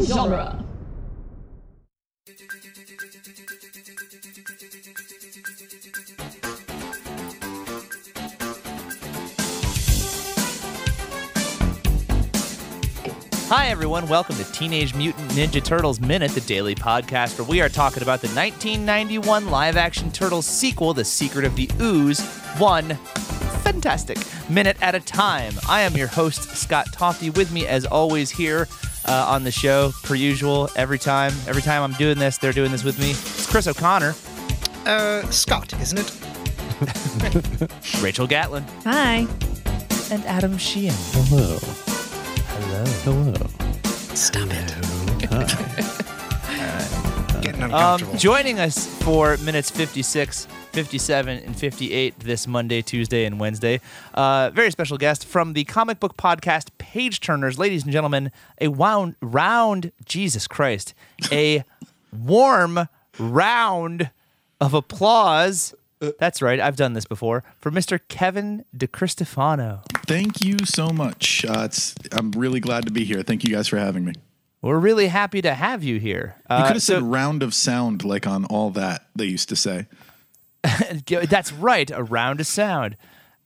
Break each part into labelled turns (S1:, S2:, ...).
S1: genre.
S2: Hi, everyone. Welcome to Teenage Mutant Ninja Turtles Minute, the daily podcast where we are talking about the 1991 live action Turtles sequel, The Secret of the Ooze, one fantastic minute at a time. I am your host, Scott Toffee, with me as always here uh, on the show, per usual, every time. Every time I'm doing this, they're doing this with me. It's Chris O'Connor,
S3: Uh, Scott, isn't it?
S2: Rachel Gatlin,
S1: Hi.
S2: and Adam Sheehan.
S4: Hello. Hello. Hello.
S3: Stop it.
S4: Hi.
S3: Getting
S2: Um,
S3: uncomfortable.
S2: joining us for minutes 56, 57, and 58 this Monday, Tuesday, and Wednesday, uh, very special guest from the comic book podcast Page Turners. Ladies and gentlemen, a wound, round, Jesus Christ, a warm round of applause. That's right, I've done this before for Mr. Kevin DeCristofano.
S5: Thank you so much. Uh, it's, I'm really glad to be here. Thank you guys for having me.
S2: We're really happy to have you here.
S5: You
S2: Uh,
S5: could have said round of sound like on all that they used to say.
S2: that's right, a round of sound.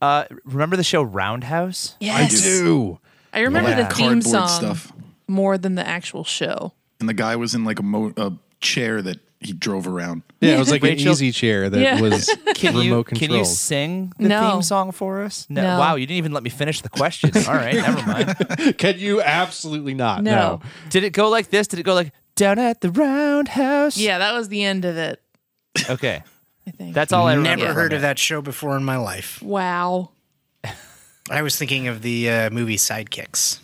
S2: Uh, remember the show Roundhouse?
S1: Yes.
S5: do.
S1: I remember
S5: Like
S1: the theme
S5: cardboard
S1: song
S5: stuff.
S1: more than the actual show.
S5: And the guy was in like a, mo- a chair that he drove around.
S4: Yeah, it was like
S2: Rachel-
S4: an easy chair that
S1: Yeah.
S4: was
S2: Can
S4: remote
S2: you can
S4: controlled.
S2: you sing the
S1: No.
S2: theme song for us? No.
S1: No.
S2: Wow, you didn't even let me finish the question. All right, never mind.
S4: Can you absolutely not?
S1: No.
S2: Did it go like this? Did it go like down at the roundhouse?
S1: Yeah, that was the end of it,
S2: Okay.
S1: I think.
S2: That's all I remember.
S3: Never
S2: from
S3: heard
S2: it.
S3: of that show before in my life.
S1: wow.
S3: I was thinking of the uh, movie Sidekicks.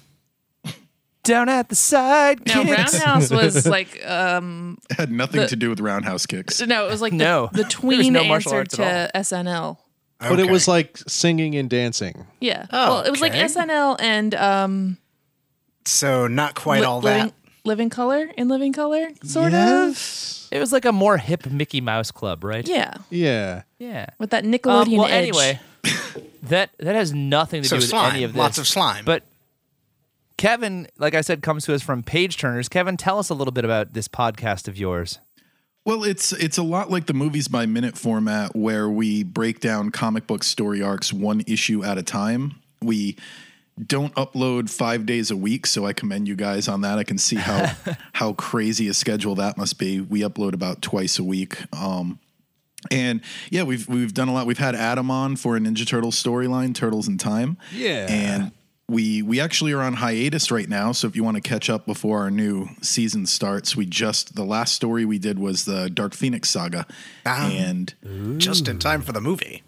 S2: Down at the side.
S1: No,
S2: kicks.
S1: Roundhouse was like um
S5: It had nothing to do with roundhouse kicks.
S1: no, it was like the,
S2: No.
S1: the
S2: There was
S1: tween
S2: no martial
S1: answer
S2: arts
S1: to
S2: at
S1: SNL.
S4: But it was like singing and dancing.
S1: Yeah.
S3: Oh,
S1: well, it was
S3: okay.
S1: like SNL and um
S3: so not quite
S1: Li-
S3: all
S1: living,
S3: that.
S1: living color in living color sort of.
S4: Yes.
S2: It was like a more hip Mickey Mouse club, right?
S1: Yeah.
S4: Yeah.
S2: Yeah.
S1: With that
S2: Um,
S1: Nickelodeon
S2: well,
S1: edge.
S2: anyway, that that has nothing to
S3: So
S2: do with
S3: slime,
S2: any of this.
S3: lots of slime.
S2: But Kevin, like I said, comes to us from Page Turners. Kevin, tell us a little bit about this podcast of yours.
S5: Well, it's it's a lot like the movies by minute format where we break down comic book story arcs one issue at a time. We don't upload 5 days a week, so I commend you guys on that. I can see how how crazy a schedule that must be. We upload about twice a week. Um and yeah, we've we've done a lot. We've had Adam on for a Ninja Turtle storyline, Turtles in Time.
S4: Yeah.
S5: And we we actually are on hiatus right now, so if you want to catch up before our new season starts, we just the last story we did was the Dark Phoenix saga.
S3: Ah.
S5: And
S3: Just in time for the movie.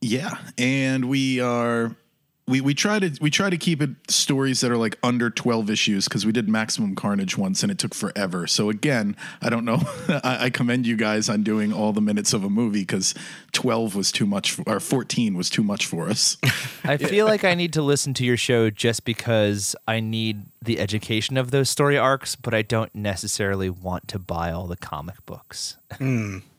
S5: yeah, and we are we we try to we try to keep it stories that are like under 12 issues because we did Maximum Carnage once and it took forever. So again, I don't know. I, I commend you guys on doing all the minutes of a movie because 12 was too much for, or 14 was too much for us.
S2: I feel like I need to listen to your show just because I need the education of those story arcs, but I don't necessarily want to buy all the comic books.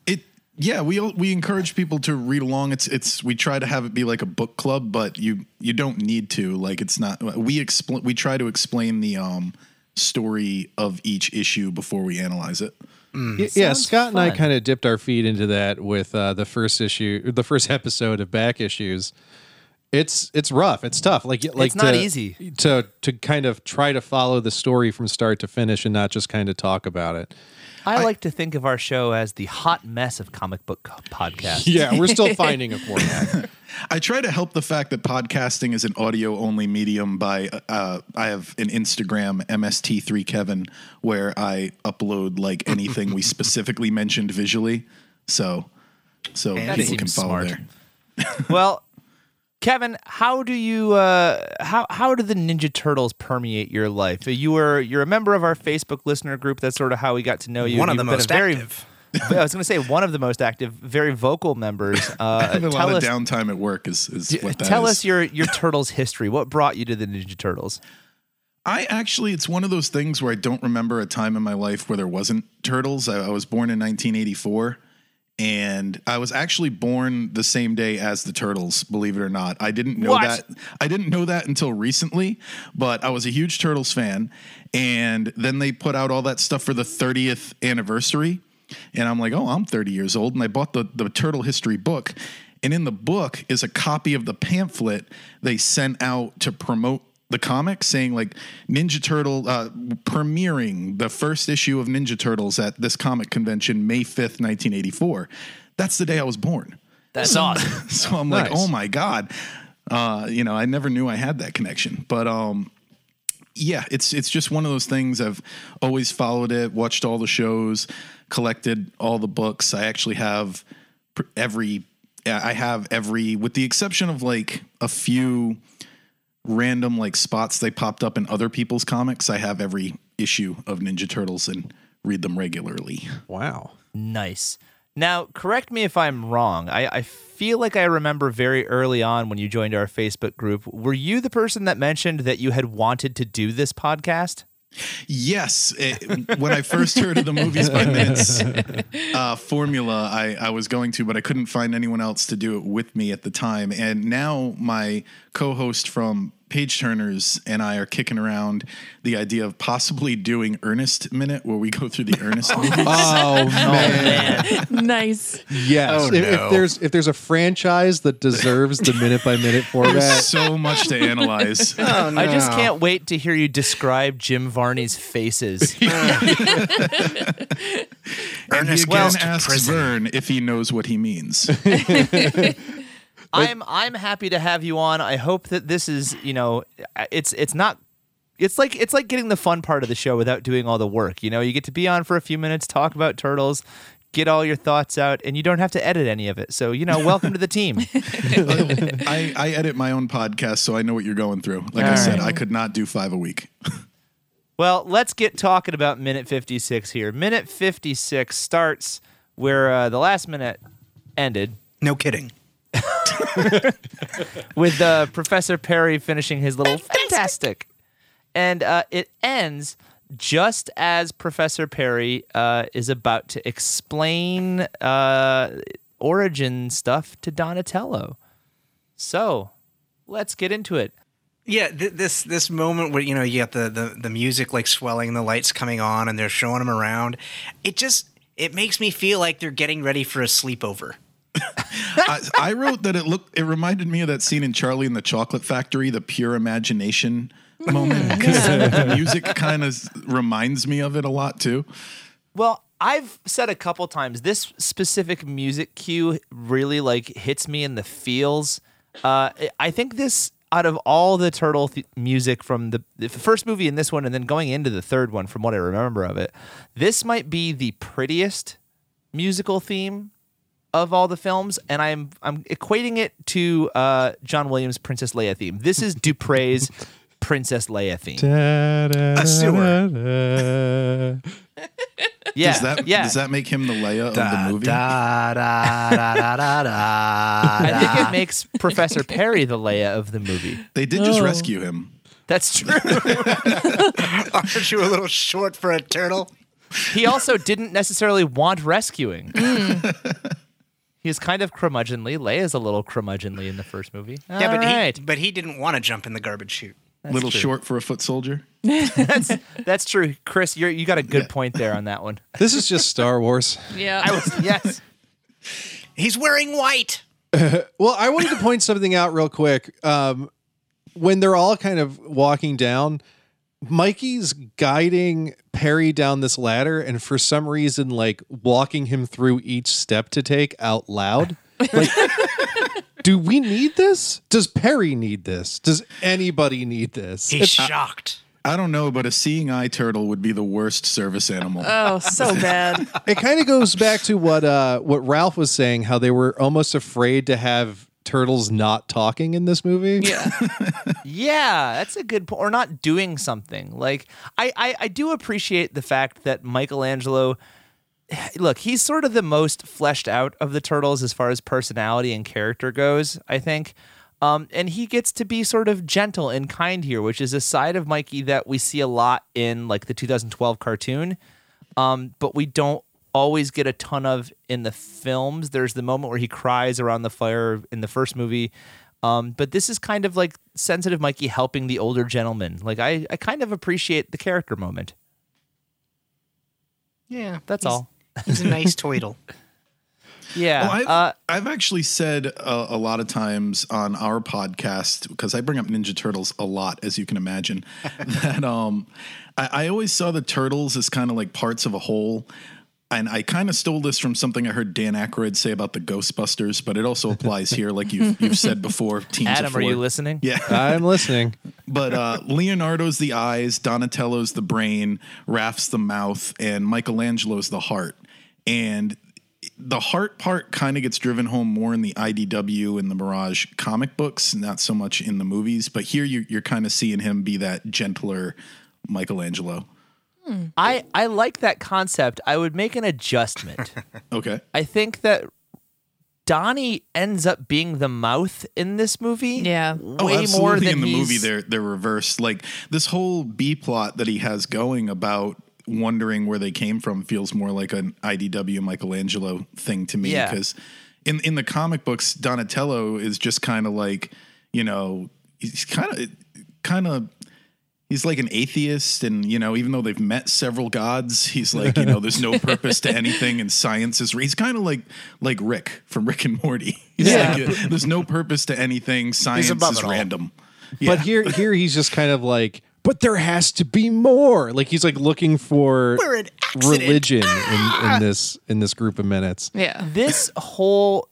S5: it yeah we we encourage people to read along it's it's we try to have it be like a book club but you you don't need to like it's not we explain we try to explain the um story of each issue before we analyze it
S4: Y- yeah,
S2: Sounds
S4: Scott and I
S2: fun.
S4: kind of dipped our feet into that with uh, the first issue, the first episode of Back Issues. It's it's rough. It's tough. Like like
S2: It's not
S4: to-
S2: easy.
S4: to to kind of try to follow the story from start to finish and not just kind of talk about it.
S2: I, like to think of our show as the hot mess of comic book co- podcasts.
S4: Yeah, we're still finding a format.
S5: i try to help the fact that podcasting is an audio only medium by uh i have an instagram mst3 kevin where i upload like anything we specifically mentioned visually so so
S3: That
S5: people can
S2: seems
S5: follow
S2: smart.
S5: there
S2: Well, Kevin, how do you uh, how how do the Ninja Turtles permeate your life? You were you're a member of our Facebook listener group. That's sort of how we got to know you.
S3: One of
S2: You've
S3: the
S2: been a
S3: most
S2: very,
S3: active.
S2: I was going to say one of the most active, very vocal members. Uh,
S5: a
S2: tell
S5: lot
S2: us
S5: of downtime at work is, is what that
S2: tell
S5: is.
S2: us your your turtles history what brought you to the ninja turtles
S5: I actually, it's one of those things where I don't remember a time in my life where there wasn't turtles. I, I was born in 1984, and I was actually born the same day as the Turtles. Believe it or not, I didn't know
S2: What?
S5: that. I didn't know that until recently, but I was a huge Turtles fan, and then they put out all that stuff for the 30th anniversary, and I'm like, oh, I'm 30 years old, and I bought the the Turtle history book, and in the book is a copy of the pamphlet they sent out to promote the comic saying like Ninja Turtle uh, premiering the first issue of Ninja Turtles at this comic convention May 5th, 1984. That's the day I was born.
S2: That's awesome.
S5: So I'm like,
S4: Nice.
S5: oh my God. Uh, you know, I never knew I had that connection. But um yeah, it's it's just one of those things. I've always followed it, watched all the shows, collected all the books. I actually have pr- every I have every with the exception of like a few random like spots they popped up in other people's comics. I have every issue of Ninja Turtles and read them regularly.
S4: Wow.
S2: Nice. Now, correct me if I'm wrong. I, I feel like I remember very early on when you joined our Facebook group. Were you the person that mentioned that you had wanted to do this podcast?
S5: Yes, it, when I first heard of the movies by minutes uh, formula, I, I was going to, but I couldn't find anyone else to do it with me at the time. And now my co-host from Page Turners and I are kicking around the idea of possibly doing Ernest Minute, where we go through the Ernest movies.
S4: Oh man.
S1: nice.
S4: Yes.
S5: Oh,
S4: if, if
S5: no.
S4: there's if there's a franchise that deserves the minute by minute
S5: There's
S4: format,
S5: so much to analyze.
S2: I just can't wait to hear you describe Jim Varney's faces.
S5: Ernest
S3: Ernest
S5: again
S3: goes to
S5: asks
S3: prison.
S5: Vern if he knows what he means.
S2: I'm I'm happy to have you on. I hope that this is you know it's it's not it's like it's like getting the fun part of the show without doing all the work. You know, you get to be on for a few minutes, talk about turtles, get all your thoughts out, and you don't have to edit any of it. So you know, welcome to the team.
S5: I, I edit my own podcast, so I know what you're going through. Like I said, I could not do five a week.
S2: Well, let's get talking about minute 56 here. Minute 56 starts where uh, the last minute ended
S3: No kidding.
S2: with uh, Professor Perry finishing his little fantastic. And uh, it ends just as Professor Perry uh, is about to explain uh, origin stuff to Donatello. So let's get into it.
S3: Yeah, th- this this moment where you know you got the, the the music like swelling, the lights coming on, and they're showing them around. It just it makes me feel like they're getting ready for a sleepover.
S5: I, I wrote that it looked. It reminded me of that scene in Charlie and the Chocolate Factory, the pure imagination moment. Because the music kind of reminds me of it a lot too.
S2: Well, I've said a couple times this specific music cue really like hits me in the feels. Uh, I- I think this out of all the turtle th- music from the, the first movie and this one, and then going into the third one, from what I remember of it, this might be the prettiest musical theme of all the films, and I'm I'm equating it to uh, John Williams' Princess Leia theme. This is Dupre's Princess Leia theme.
S3: A sewer.
S2: Yeah,
S5: Does that
S2: yeah.
S5: does that make him the Leia of the movie?
S3: Da da da da da da.
S2: I
S3: da.
S2: think it makes Professor Perry the Leia of the movie.
S5: They did just
S1: Oh.
S5: rescue him.
S2: That's true.
S3: Aren't you a little short for a turtle?
S2: he also didn't necessarily want rescuing. Mm. He's kind of curmudgeonly. Leia's a little curmudgeonly in the first movie.
S3: Yeah, but
S2: All right.
S3: he but he didn't want to jump in the garbage chute.
S5: Little short for a foot soldier.
S2: that's, that's true. Chris, you're, you got a good point there on that one.
S4: this is just Star Wars.
S1: Yeah.
S2: I was, yes.
S3: He's wearing white.
S4: Well, I wanted to point something out real quick. Um, when they're all kind of walking down, Mikey's guiding Perry down this ladder, and for some reason, like walking him through each step to take out loud. Like, do we need this? Does Perry need this? Does anybody need this?
S3: He's
S2: uh,
S3: shocked.
S5: I don't know, but a seeing eye turtle would be the worst service animal.
S1: oh, so bad.
S4: it kind of goes back to what uh what Ralph was saying, how they were almost afraid to have turtles not talking in this movie.
S1: Yeah.
S2: Yeah, that's a good point. Or not doing something. Like, I, I, I do appreciate the fact that Michelangelo, look, he's sort of the most fleshed out of the turtles as far as personality and character goes, I think. Um, and he gets to be sort of gentle and kind here, which is a side of Mikey that we see a lot in like the 2012 cartoon, um, but we don't always get a ton of in the films. There's the moment where he cries around the fire in the first movie. Um, but this is kind of like sensitive Mikey helping the older gentleman. Like I, I kind of appreciate the character moment.
S3: Yeah,
S2: That's
S3: he's-
S2: all.
S3: He's a nice toidle.
S2: Yeah.
S5: Well, I've,
S2: uh,
S5: I've actually said uh, a lot of times on our podcast because I bring up Ninja Turtles a lot, as you can imagine. that um, I, I always saw the turtles as kind of like parts of a whole. And I kind of stole this from something I heard Dan Aykroyd say about the Ghostbusters, but it also applies here, like you've, you've said before. Teams of
S2: Adam, are you
S5: four.
S2: listening?
S5: Yeah.
S4: I'm listening.
S5: But uh, Leonardo's the eyes, Donatello's the brain, Raph's the mouth, and Michelangelo's the heart. And the heart part kind of gets driven home more in the IDW and the Mirage comic books, not so much in the movies. But here you, you're kind of seeing him be that gentler Michelangelo.
S2: I, I like that concept. I would make an adjustment.
S5: Okay.
S2: I think that Donnie ends up being the mouth in this movie.
S1: Yeah.
S2: Way
S5: Oh, absolutely.
S2: more than
S5: in the
S2: he's-
S5: movie, they're they're reversed. Like this whole B plot that he has going about wondering where they came from feels more like an IDW Michelangelo thing to me.
S2: Yeah.
S5: Because in in the comic books, Donatello is just kind of like you know he's kind of kind of. He's like an atheist, and you know, even though they've met several gods, he's like, you know, there's no purpose to anything, and science is. He's kind of like like Rick from Rick and Morty. He's
S2: Yeah.
S5: like, uh, there's no purpose to anything. Science
S3: above
S5: is
S3: it all.
S5: random.
S4: But here, here he's just kind of like, but there has to be more. Like he's like looking for
S3: We're an accident. Ah!
S4: religion in, in this in this group of minutes.
S1: Yeah.
S2: this whole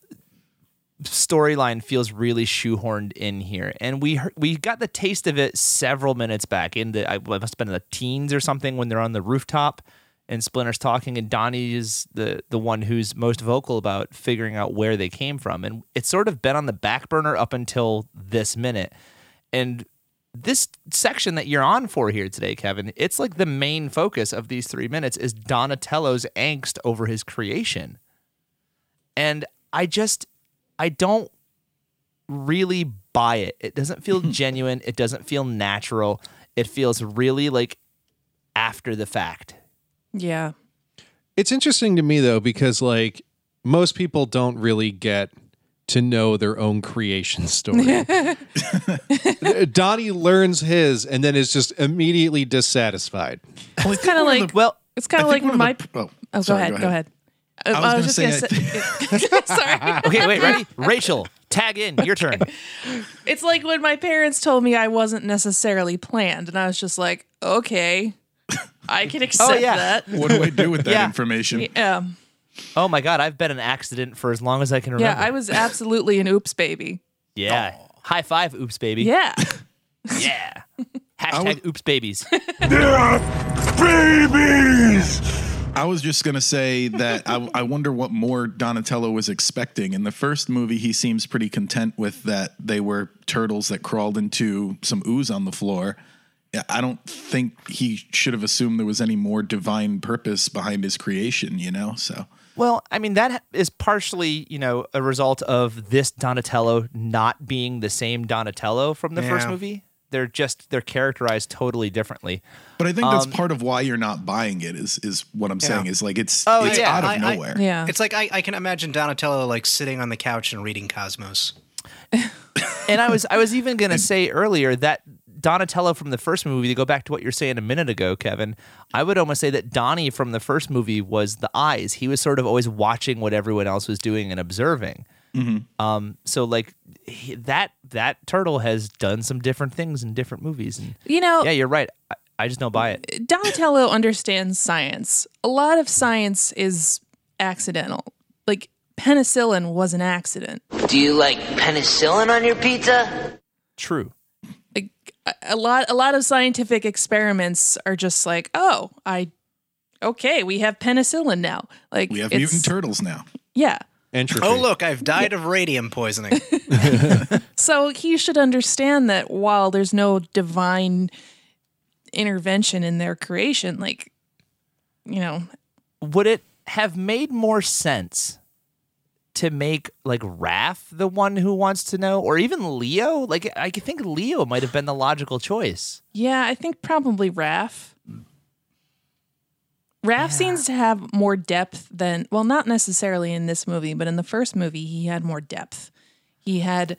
S2: storyline feels really shoehorned in here and we heard, we got the taste of it several minutes back in the i must have been in the teens or something when they're on the rooftop and splinter's talking and donnie is the the one who's most vocal about figuring out where they came from and it's sort of been on the back burner up until this minute and this section that you're on for here today, Kevin, it's like the main focus of these three minutes is Donatello's angst over his creation. And I just, I don't really buy it. It doesn't feel genuine. It doesn't feel natural. It feels really like after the fact.
S1: Yeah.
S4: It's interesting to me though because like most people don't really get to know their own creation story. Donnie learns his and then is just immediately dissatisfied.
S5: It's
S1: kinda like-
S2: Well,
S1: It's kind of like when my.
S5: oh,
S1: oh,
S5: sorry,
S1: go ahead. Go ahead. Uh,
S5: I was gonna
S1: gonna say. sorry.
S2: okay, wait, ready? Rachel, tag in, your turn.
S1: It's like when my parents told me I wasn't necessarily planned, and I was just like, okay, I can accept Um,
S2: yeah.
S1: that.
S5: What do I do with that
S2: Yeah.
S5: information?
S1: Yeah.
S2: Oh my God, I've been an accident for as long as I can
S1: Yeah.
S2: remember.
S1: I was absolutely an oops baby.
S2: Yeah. High five, oops, baby.
S1: Yeah.
S2: Yeah.
S5: I
S2: Hashtag
S5: was-
S2: oops babies.
S5: I was just gonna say that I, I wonder what more Donatello was expecting. In the first movie, he seems pretty content with that they were turtles that crawled into some ooze on the floor. Yeah, I don't think he should have assumed there was any more divine purpose behind his creation, you know. So
S2: Well, I mean that is partially, you know, a result of this Donatello not being the same Donatello from the first
S3: Yeah.
S2: movie. They're just they're characterized totally differently.
S5: But I think that's part of why you're not buying it is is what I'm saying is like it's
S2: Oh,
S5: it's
S2: yeah,
S5: out of
S3: I- I-
S5: nowhere.
S1: Yeah.
S3: It's like I, I can imagine Donatello like sitting on the couch and reading Cosmos.
S2: And I was I was even going to say earlier that Donatello from the first movie to go back to what you're saying a minute ago, Kevin, I would almost say that Donnie from the first movie was the eyes. He was sort of always watching what everyone else was doing and observing. Um so like he, that that turtle has done some different things in different movies and
S1: You know,
S2: Yeah, you're right. I, I just don't buy it.
S1: Uh, Donatello understands science. A lot of science is accidental. Like penicillin was an accident.
S6: Do you like penicillin on your pizza?
S2: True.
S1: Like a- a lot a lot of scientific experiments are just like, "Oh, I okay, we have penicillin now." Like
S5: We have
S1: it's-
S5: mutant turtles now.
S1: Yeah.
S4: Entropy.
S3: Oh look, I've died of radium poisoning.
S1: So he should understand that while there's no divine intervention in their creation, like you know,
S2: Would it have made more sense to make like Raph the one who wants to know, or even Leo? Like, I think Leo might have been the logical choice.
S1: yeah, I think probably Raph. Raph seems to have more depth than, well, not necessarily in this movie, but in the first movie, he had more depth. He had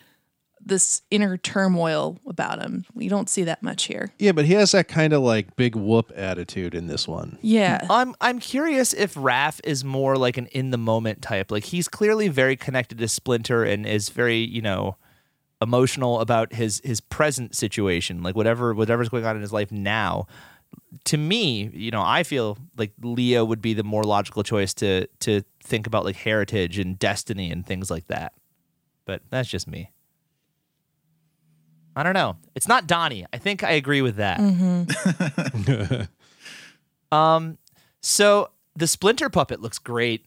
S1: this inner turmoil about him. We don't see that much here.
S4: Yeah, but he has that kind of like big whoop attitude in this one.
S1: Yeah.
S2: I'm I'm curious if Raph is more like an in the moment type. Like he's clearly very connected to Splinter and is very, you know, emotional about his his present situation, like whatever whatever's going on in his life now. To me, you know, I feel like Leo would be the more logical choice to to think about like heritage and destiny and things like that. But that's just me. I don't know. It's not Donnie. I think I agree with that.
S4: Mm-hmm.
S2: Um, So the splinter puppet looks great.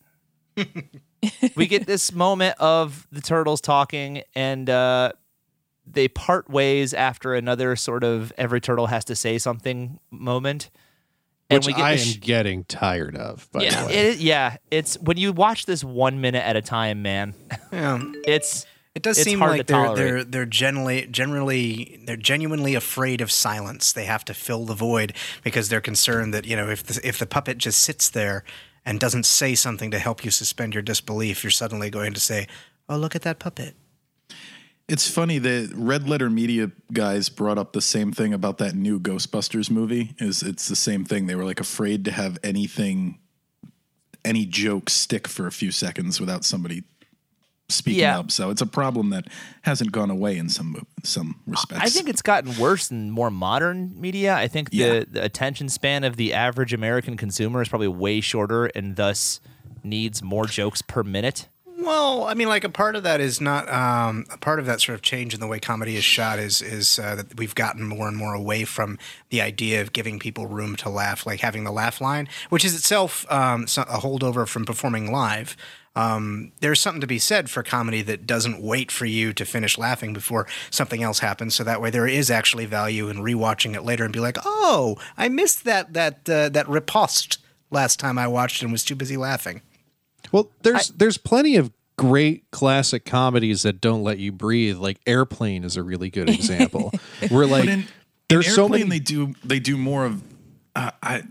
S2: we get this moment of the turtles talking, and uh, they part ways after another sort of every turtle has to say something moment. And
S4: Which
S2: we get
S4: I am
S2: this sh-
S4: getting tired of, by
S2: yeah,
S4: the way.
S2: it is- yeah, it's when you watch this one minute at a time, man.
S3: Yeah.
S2: It's
S3: It does
S2: it's
S3: seem
S2: hard
S3: like
S2: to
S3: they're
S2: tolerate.
S3: they're they're generally generally they're genuinely afraid of silence. They have to fill the void because they're concerned that you know if the, if the puppet just sits there and doesn't say something to help you suspend your disbelief, you're suddenly going to say, "Oh, look at that puppet."
S5: It's funny that Red Letter Media guys brought up the same thing about that new Ghostbusters movie. Is it's the same thing. They were like afraid to have anything, any joke stick for a few seconds without somebody speaking
S2: Yeah.
S5: up. So it's a problem that hasn't gone away in some mo- some respects.
S2: I think it's gotten worse in more modern media. I think the,
S5: Yeah.
S2: the attention span of the average American consumer is probably way shorter, and thus needs more jokes per minute.
S3: Well, I mean, like a part of that is not um, a part of that sort of change in the way comedy is shot is is uh, that we've gotten more and more away from the idea of giving people room to laugh, like having the laugh line, which is itself um, so- a holdover from performing live. Um, there's something to be said for comedy that doesn't wait for you to finish laughing before something else happens, so that way there is actually value in rewatching it later and be like, oh, I missed that that uh, that riposte last time I watched and was too busy laughing.
S4: Well, there's there's plenty of great classic comedies that don't let you breathe. Like Airplane is a really good example. Where like
S5: But in,
S4: there's
S5: in
S4: so
S5: Airplane,
S4: many
S5: They do they do more of uh, I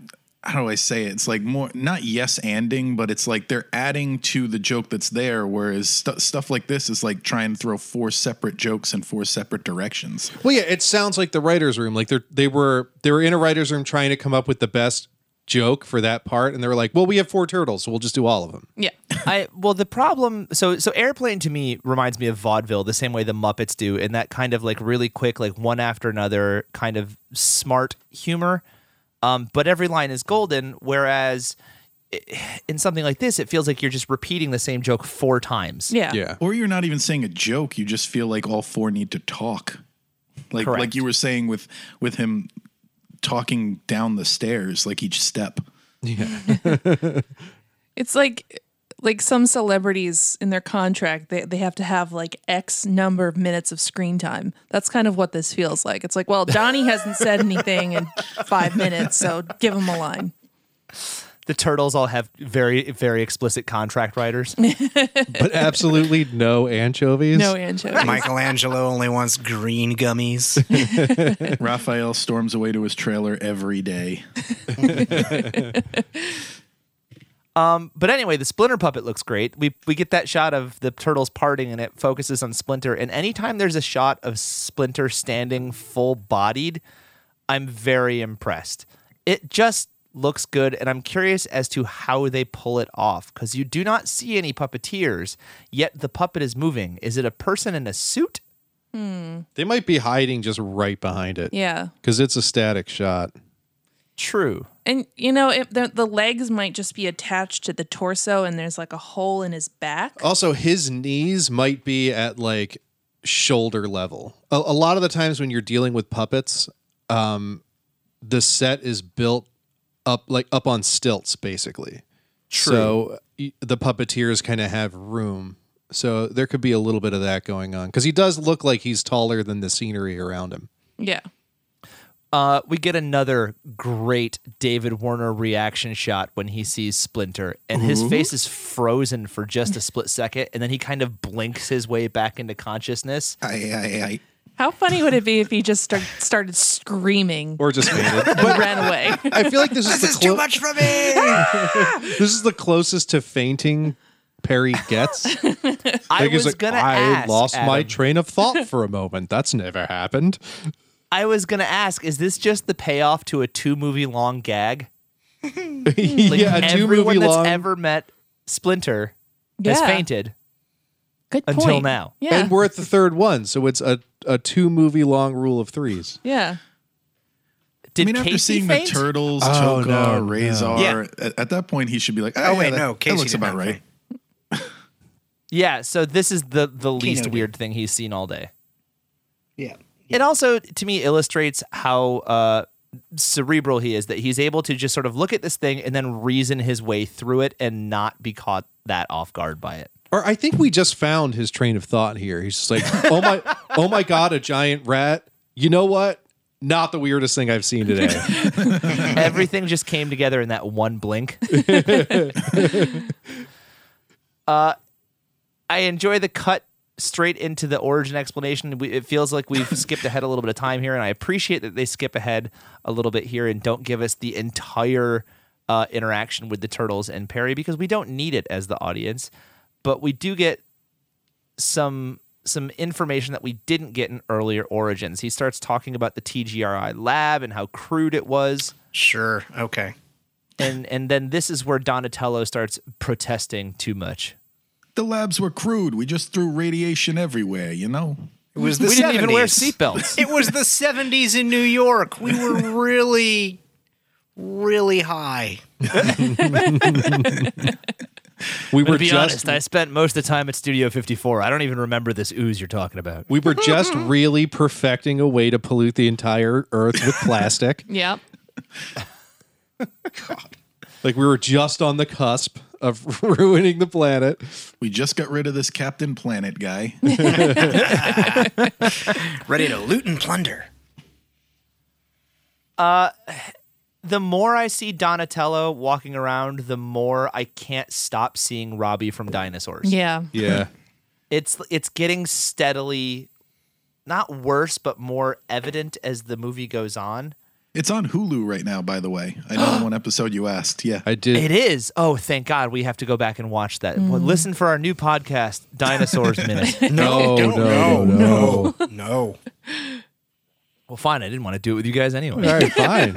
S5: how do I say it? It's like more not yes anding, but it's like they're adding to the joke that's there. Whereas stu stuff like this is like trying to throw four separate jokes in four separate directions.
S4: Well, yeah, it sounds like the writers' room. Like they are they were they were in a writers' room trying to come up with the best joke for that part, and they were like, "Well, we have four turtles, so we'll just do all of them."
S1: yeah.
S2: I well the problem so so airplane to me reminds me of vaudeville the same way the Muppets do and that kind of like really quick like one after another kind of smart humor, um, but every line is golden. Whereas i- in something like this, it feels like you're just repeating the same joke four times.
S1: Yeah.
S5: Or you're not even saying a joke. You just feel like all four need to talk. Like
S2: Correct.
S5: like you were saying with with him talking down the stairs like each step.
S1: It's like like some celebrities in their contract they, they have to have like x number of minutes of screen time that's kind of what this feels like it's like well donnie hasn't said anything in five minutes so give him a line
S2: The turtles all have very very explicit contract writers.
S4: But absolutely no anchovies.
S1: no anchovies
S3: Michelangelo only wants green gummies.
S5: Raphael storms away to his trailer every day.
S2: But anyway, the Splinter puppet looks great. We we get that shot of the turtles parting, and it focuses on Splinter. And anytime there's a shot of Splinter standing full bodied, I'm very impressed. It just looks good, and I'm curious as to how they pull it off because you do not see any puppeteers, yet the puppet is moving. Is it a person in a suit?
S4: They might be hiding just right behind it.
S1: yeah
S4: Because it's a static shot.
S2: True.
S1: And you know, it, the the legs might just be attached to the torso, and there's like a hole in his back.
S4: Also, his knees might be at like shoulder level. A, a lot of the times when you're dealing with puppets, um, the set is built up like up on stilts, basically. True. So y- the puppeteers kind of have room. So there could be a little bit of that going on because he does look like he's taller than the scenery around him.
S1: Yeah,
S2: Uh, we get another great David Warner reaction shot when he sees Splinter, and
S4: Mm-hmm.
S2: his face is frozen for just a split second, and then he kind of blinks his way back into consciousness.
S5: I I I
S1: How funny would it be if he just start, started screaming
S4: or just made it.
S1: and ran away?
S4: I feel like this is the
S3: This is
S4: clo-
S3: too much for me.
S4: this is the closest to fainting Perry gets. I,
S2: I
S4: think he's
S2: was
S4: like,
S2: gonna
S4: I
S2: ask,
S4: lost my
S2: Adam.
S4: train of thought for a moment. That's never happened.
S2: I was gonna ask, is this just the payoff to a two movie long gag?
S4: yeah, a two
S2: Everyone
S4: movie
S2: that's
S4: long.
S2: ever met Splinter has
S1: Yeah.
S2: fainted.
S1: Good point.
S2: Until now.
S1: Yeah.
S4: And we're at the third one, so it's a, a two movie long rule of threes.
S1: yeah.
S2: Did
S5: I mean, after
S2: Casey
S5: seeing
S2: faint?
S5: the turtles,
S4: Oh,
S5: Chokar,
S4: no, no.
S5: Razor,
S3: Yeah.
S5: at, at that point he should be like, "Ah,
S3: Oh
S5: yeah,
S3: wait,
S5: that-
S3: no, Casey
S5: that looks
S3: did
S5: about
S3: not
S5: right."
S3: faint.
S2: Yeah, so this is the the least
S3: did.
S2: weird thing he's seen all day.
S3: Yeah.
S2: It also, to me, illustrates how uh, cerebral he is that he's able to just sort of look at this thing and then reason his way through it and not be caught that off guard by it.
S4: Or I think we just found his train of thought here. He's just like, oh my, oh my god, a giant rat. You know what? Not the weirdest thing I've seen today.
S2: Everything just came together in that one blink. uh, Uh, I enjoy the cut straight into the origin explanation. We, it feels like we've skipped ahead a little bit of time here, and I appreciate that they skip ahead a little bit here and don't give us the entire uh, interaction with the turtles and Perry because we don't need it as the audience. But we do get some some information that we didn't get in earlier origins. He starts talking about the TGRI lab and how crude it was
S3: Sure. Okay.
S2: and and then this is where Donatello starts protesting too much.
S5: The labs were crude. We just threw radiation everywhere, you know.
S3: It was the
S2: we didn't even wear
S3: 70s.
S2: seatbelts.
S3: It was the 70s in New York. We were really, really high.
S4: We were
S2: to be
S4: just
S2: honest, I spent most of the time at Studio 54. I don't even remember this ooze you're talking about.
S4: we were just really perfecting a way to pollute the entire earth with plastic.
S1: Yeah.
S4: like we were just on the cusp of ruining the planet.
S5: We just got rid of this Captain Planet guy.
S3: Ready to loot and plunder.
S2: The more I see Donatello walking around, the more I can't stop seeing Robbie from Dinosaurs.
S1: Yeah.
S4: Yeah.
S2: It's it's getting steadily not worse but more evident as the movie goes on.
S5: it's on Hulu right now, by the way. I know in one episode you asked. Yeah.
S4: I did
S2: It is. Oh, thank God. We have to go back and watch that. Well, listen for our new podcast, Dinosaurs Minute.
S4: No,
S3: don't,
S4: no, no,
S3: no, no.
S2: well, fine. I didn't want to do it with you guys anyway.
S4: All right, fine.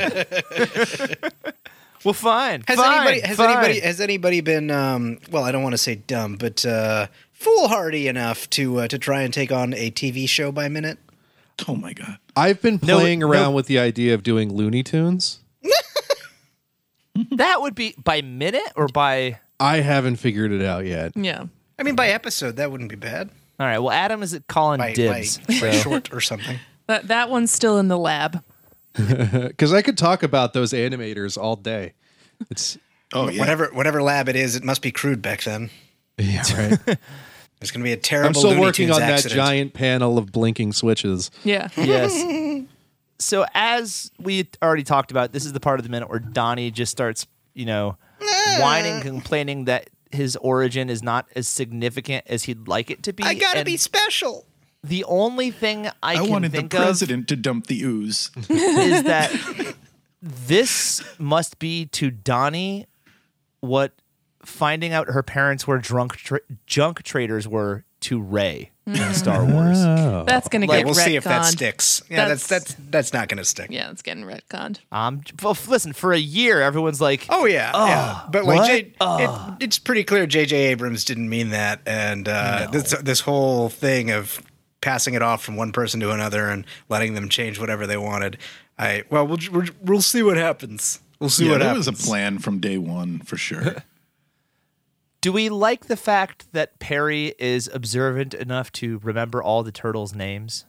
S2: Well, fine.
S3: Has
S2: fine,
S3: anybody has
S2: fine.
S3: anybody has anybody been um, well? I don't want to say dumb, but uh, foolhardy enough to uh, to try and take on a TV show by minute.
S5: oh my god.
S4: I've been
S2: No,
S4: playing
S2: no.
S4: around with the idea of doing Looney Tunes.
S2: that would be by minute or by?
S4: I haven't figured it out yet.
S1: Yeah.
S3: I mean, by episode, that wouldn't be bad.
S2: All right. Well, Adam is calling
S3: By,
S2: dibs.
S3: by, by
S2: so-
S3: short or something.
S1: That that one's still in the lab.
S4: Because I could talk about those animators all day. It's
S5: Oh yeah.
S3: Whatever whatever lab it is, it must be crude back then.
S4: yeah, right.
S3: There's going to be a terrible.
S4: I'm still
S3: Looney
S4: working
S3: Tunes
S4: on that
S3: accident.
S4: giant panel of blinking switches.
S1: Yeah.
S2: yes. So as we already talked about, this is the part of the minute where Donnie just starts, you know,
S3: Ah.
S2: whining, complaining that his origin is not as significant as he'd like it to be.
S3: I gotta
S2: and
S3: be special.
S2: The only thing I,
S5: I
S2: can
S5: wanted the
S2: think of
S5: president to dump the ooze.
S2: is that this must be to Donnie what finding out her parents were drunk tra- junk traders were to Ray in Star Wars.
S5: Oh.
S4: Oh.
S1: That's gonna
S3: Like,
S1: get
S3: we'll see if that
S1: retconned.
S3: sticks. Yeah, that's
S1: That's-
S3: that's that's, not going to stick.
S1: Yeah, it's getting retconned.
S2: Um, well, f- listen, for a year, everyone's like,
S3: Oh yeah, yeah. But like,
S2: what?
S3: J, it, it's pretty clear J.J. Abrams didn't mean that, and uh, this this whole thing of passing it off from one person to another and letting them change whatever they wanted. I well, we'll we'll, we'll see what happens. We'll see
S5: yeah,
S3: what
S5: that
S3: happens.
S5: was a plan from day one for sure.
S2: do we like the fact that Perry is observant enough to remember all the turtles' names?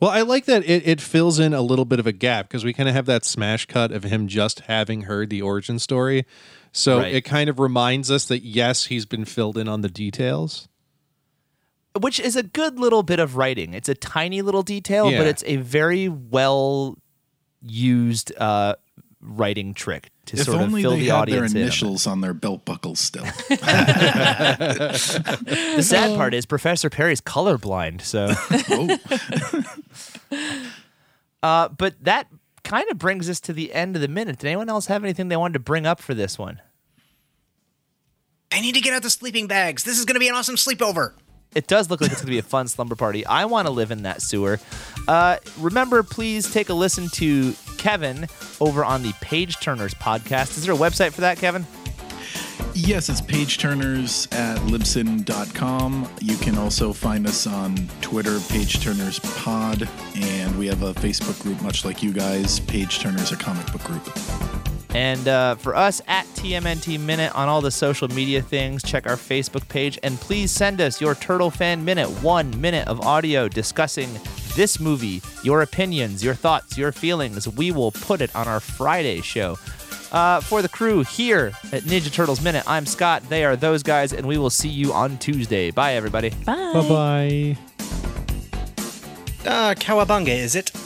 S4: Well, I like that it, it fills in a little bit of a gap because we kind of have that smash cut of him just having heard the origin story. So
S2: Right.
S4: it kind of reminds us that, yes, he's been filled in on the details.
S2: Which is a good little bit of writing. It's a tiny little detail,
S4: Yeah.
S2: but it's a very well used uh, writing trick to
S5: If
S2: sort of
S5: only
S2: fill
S5: they
S2: the
S5: had their
S2: audience in. on it.
S5: initials on their belt buckles still.
S2: The sad part is Professor Perry's colorblind, so.
S5: oh,
S2: Uh, but that kind of brings us to the end of the minute. Did anyone else have anything they wanted to bring up for this one?
S3: I need to get out the sleeping bags. This is going to be an awesome sleepover.
S2: It does look like it's going to be a fun slumber party. I want to live in that sewer. Uh, remember, please take a listen to Kevin over on the Page Turners podcast. Is there a website for that, Kevin?
S5: yes, it's Page Turners at libsyn.com. You can also find us on Twitter, Page Turners Pod, and we have a Facebook group, much like you guys, Page Turners, a comic book group.
S2: And uh, for us at TMNT Minute on all the social media things, check our Facebook page and please send us your Turtle Fan Minute, one minute of audio discussing this movie, your opinions, your thoughts, your feelings. We will put it on our Friday show. Uh, for the crew here at Ninja Turtles Minute, I'm Scott. They are those guys, and we will see you on Tuesday. Bye, everybody.
S1: Bye.
S7: Bye bye.
S3: Ah, Uh, Kawabunga, is it?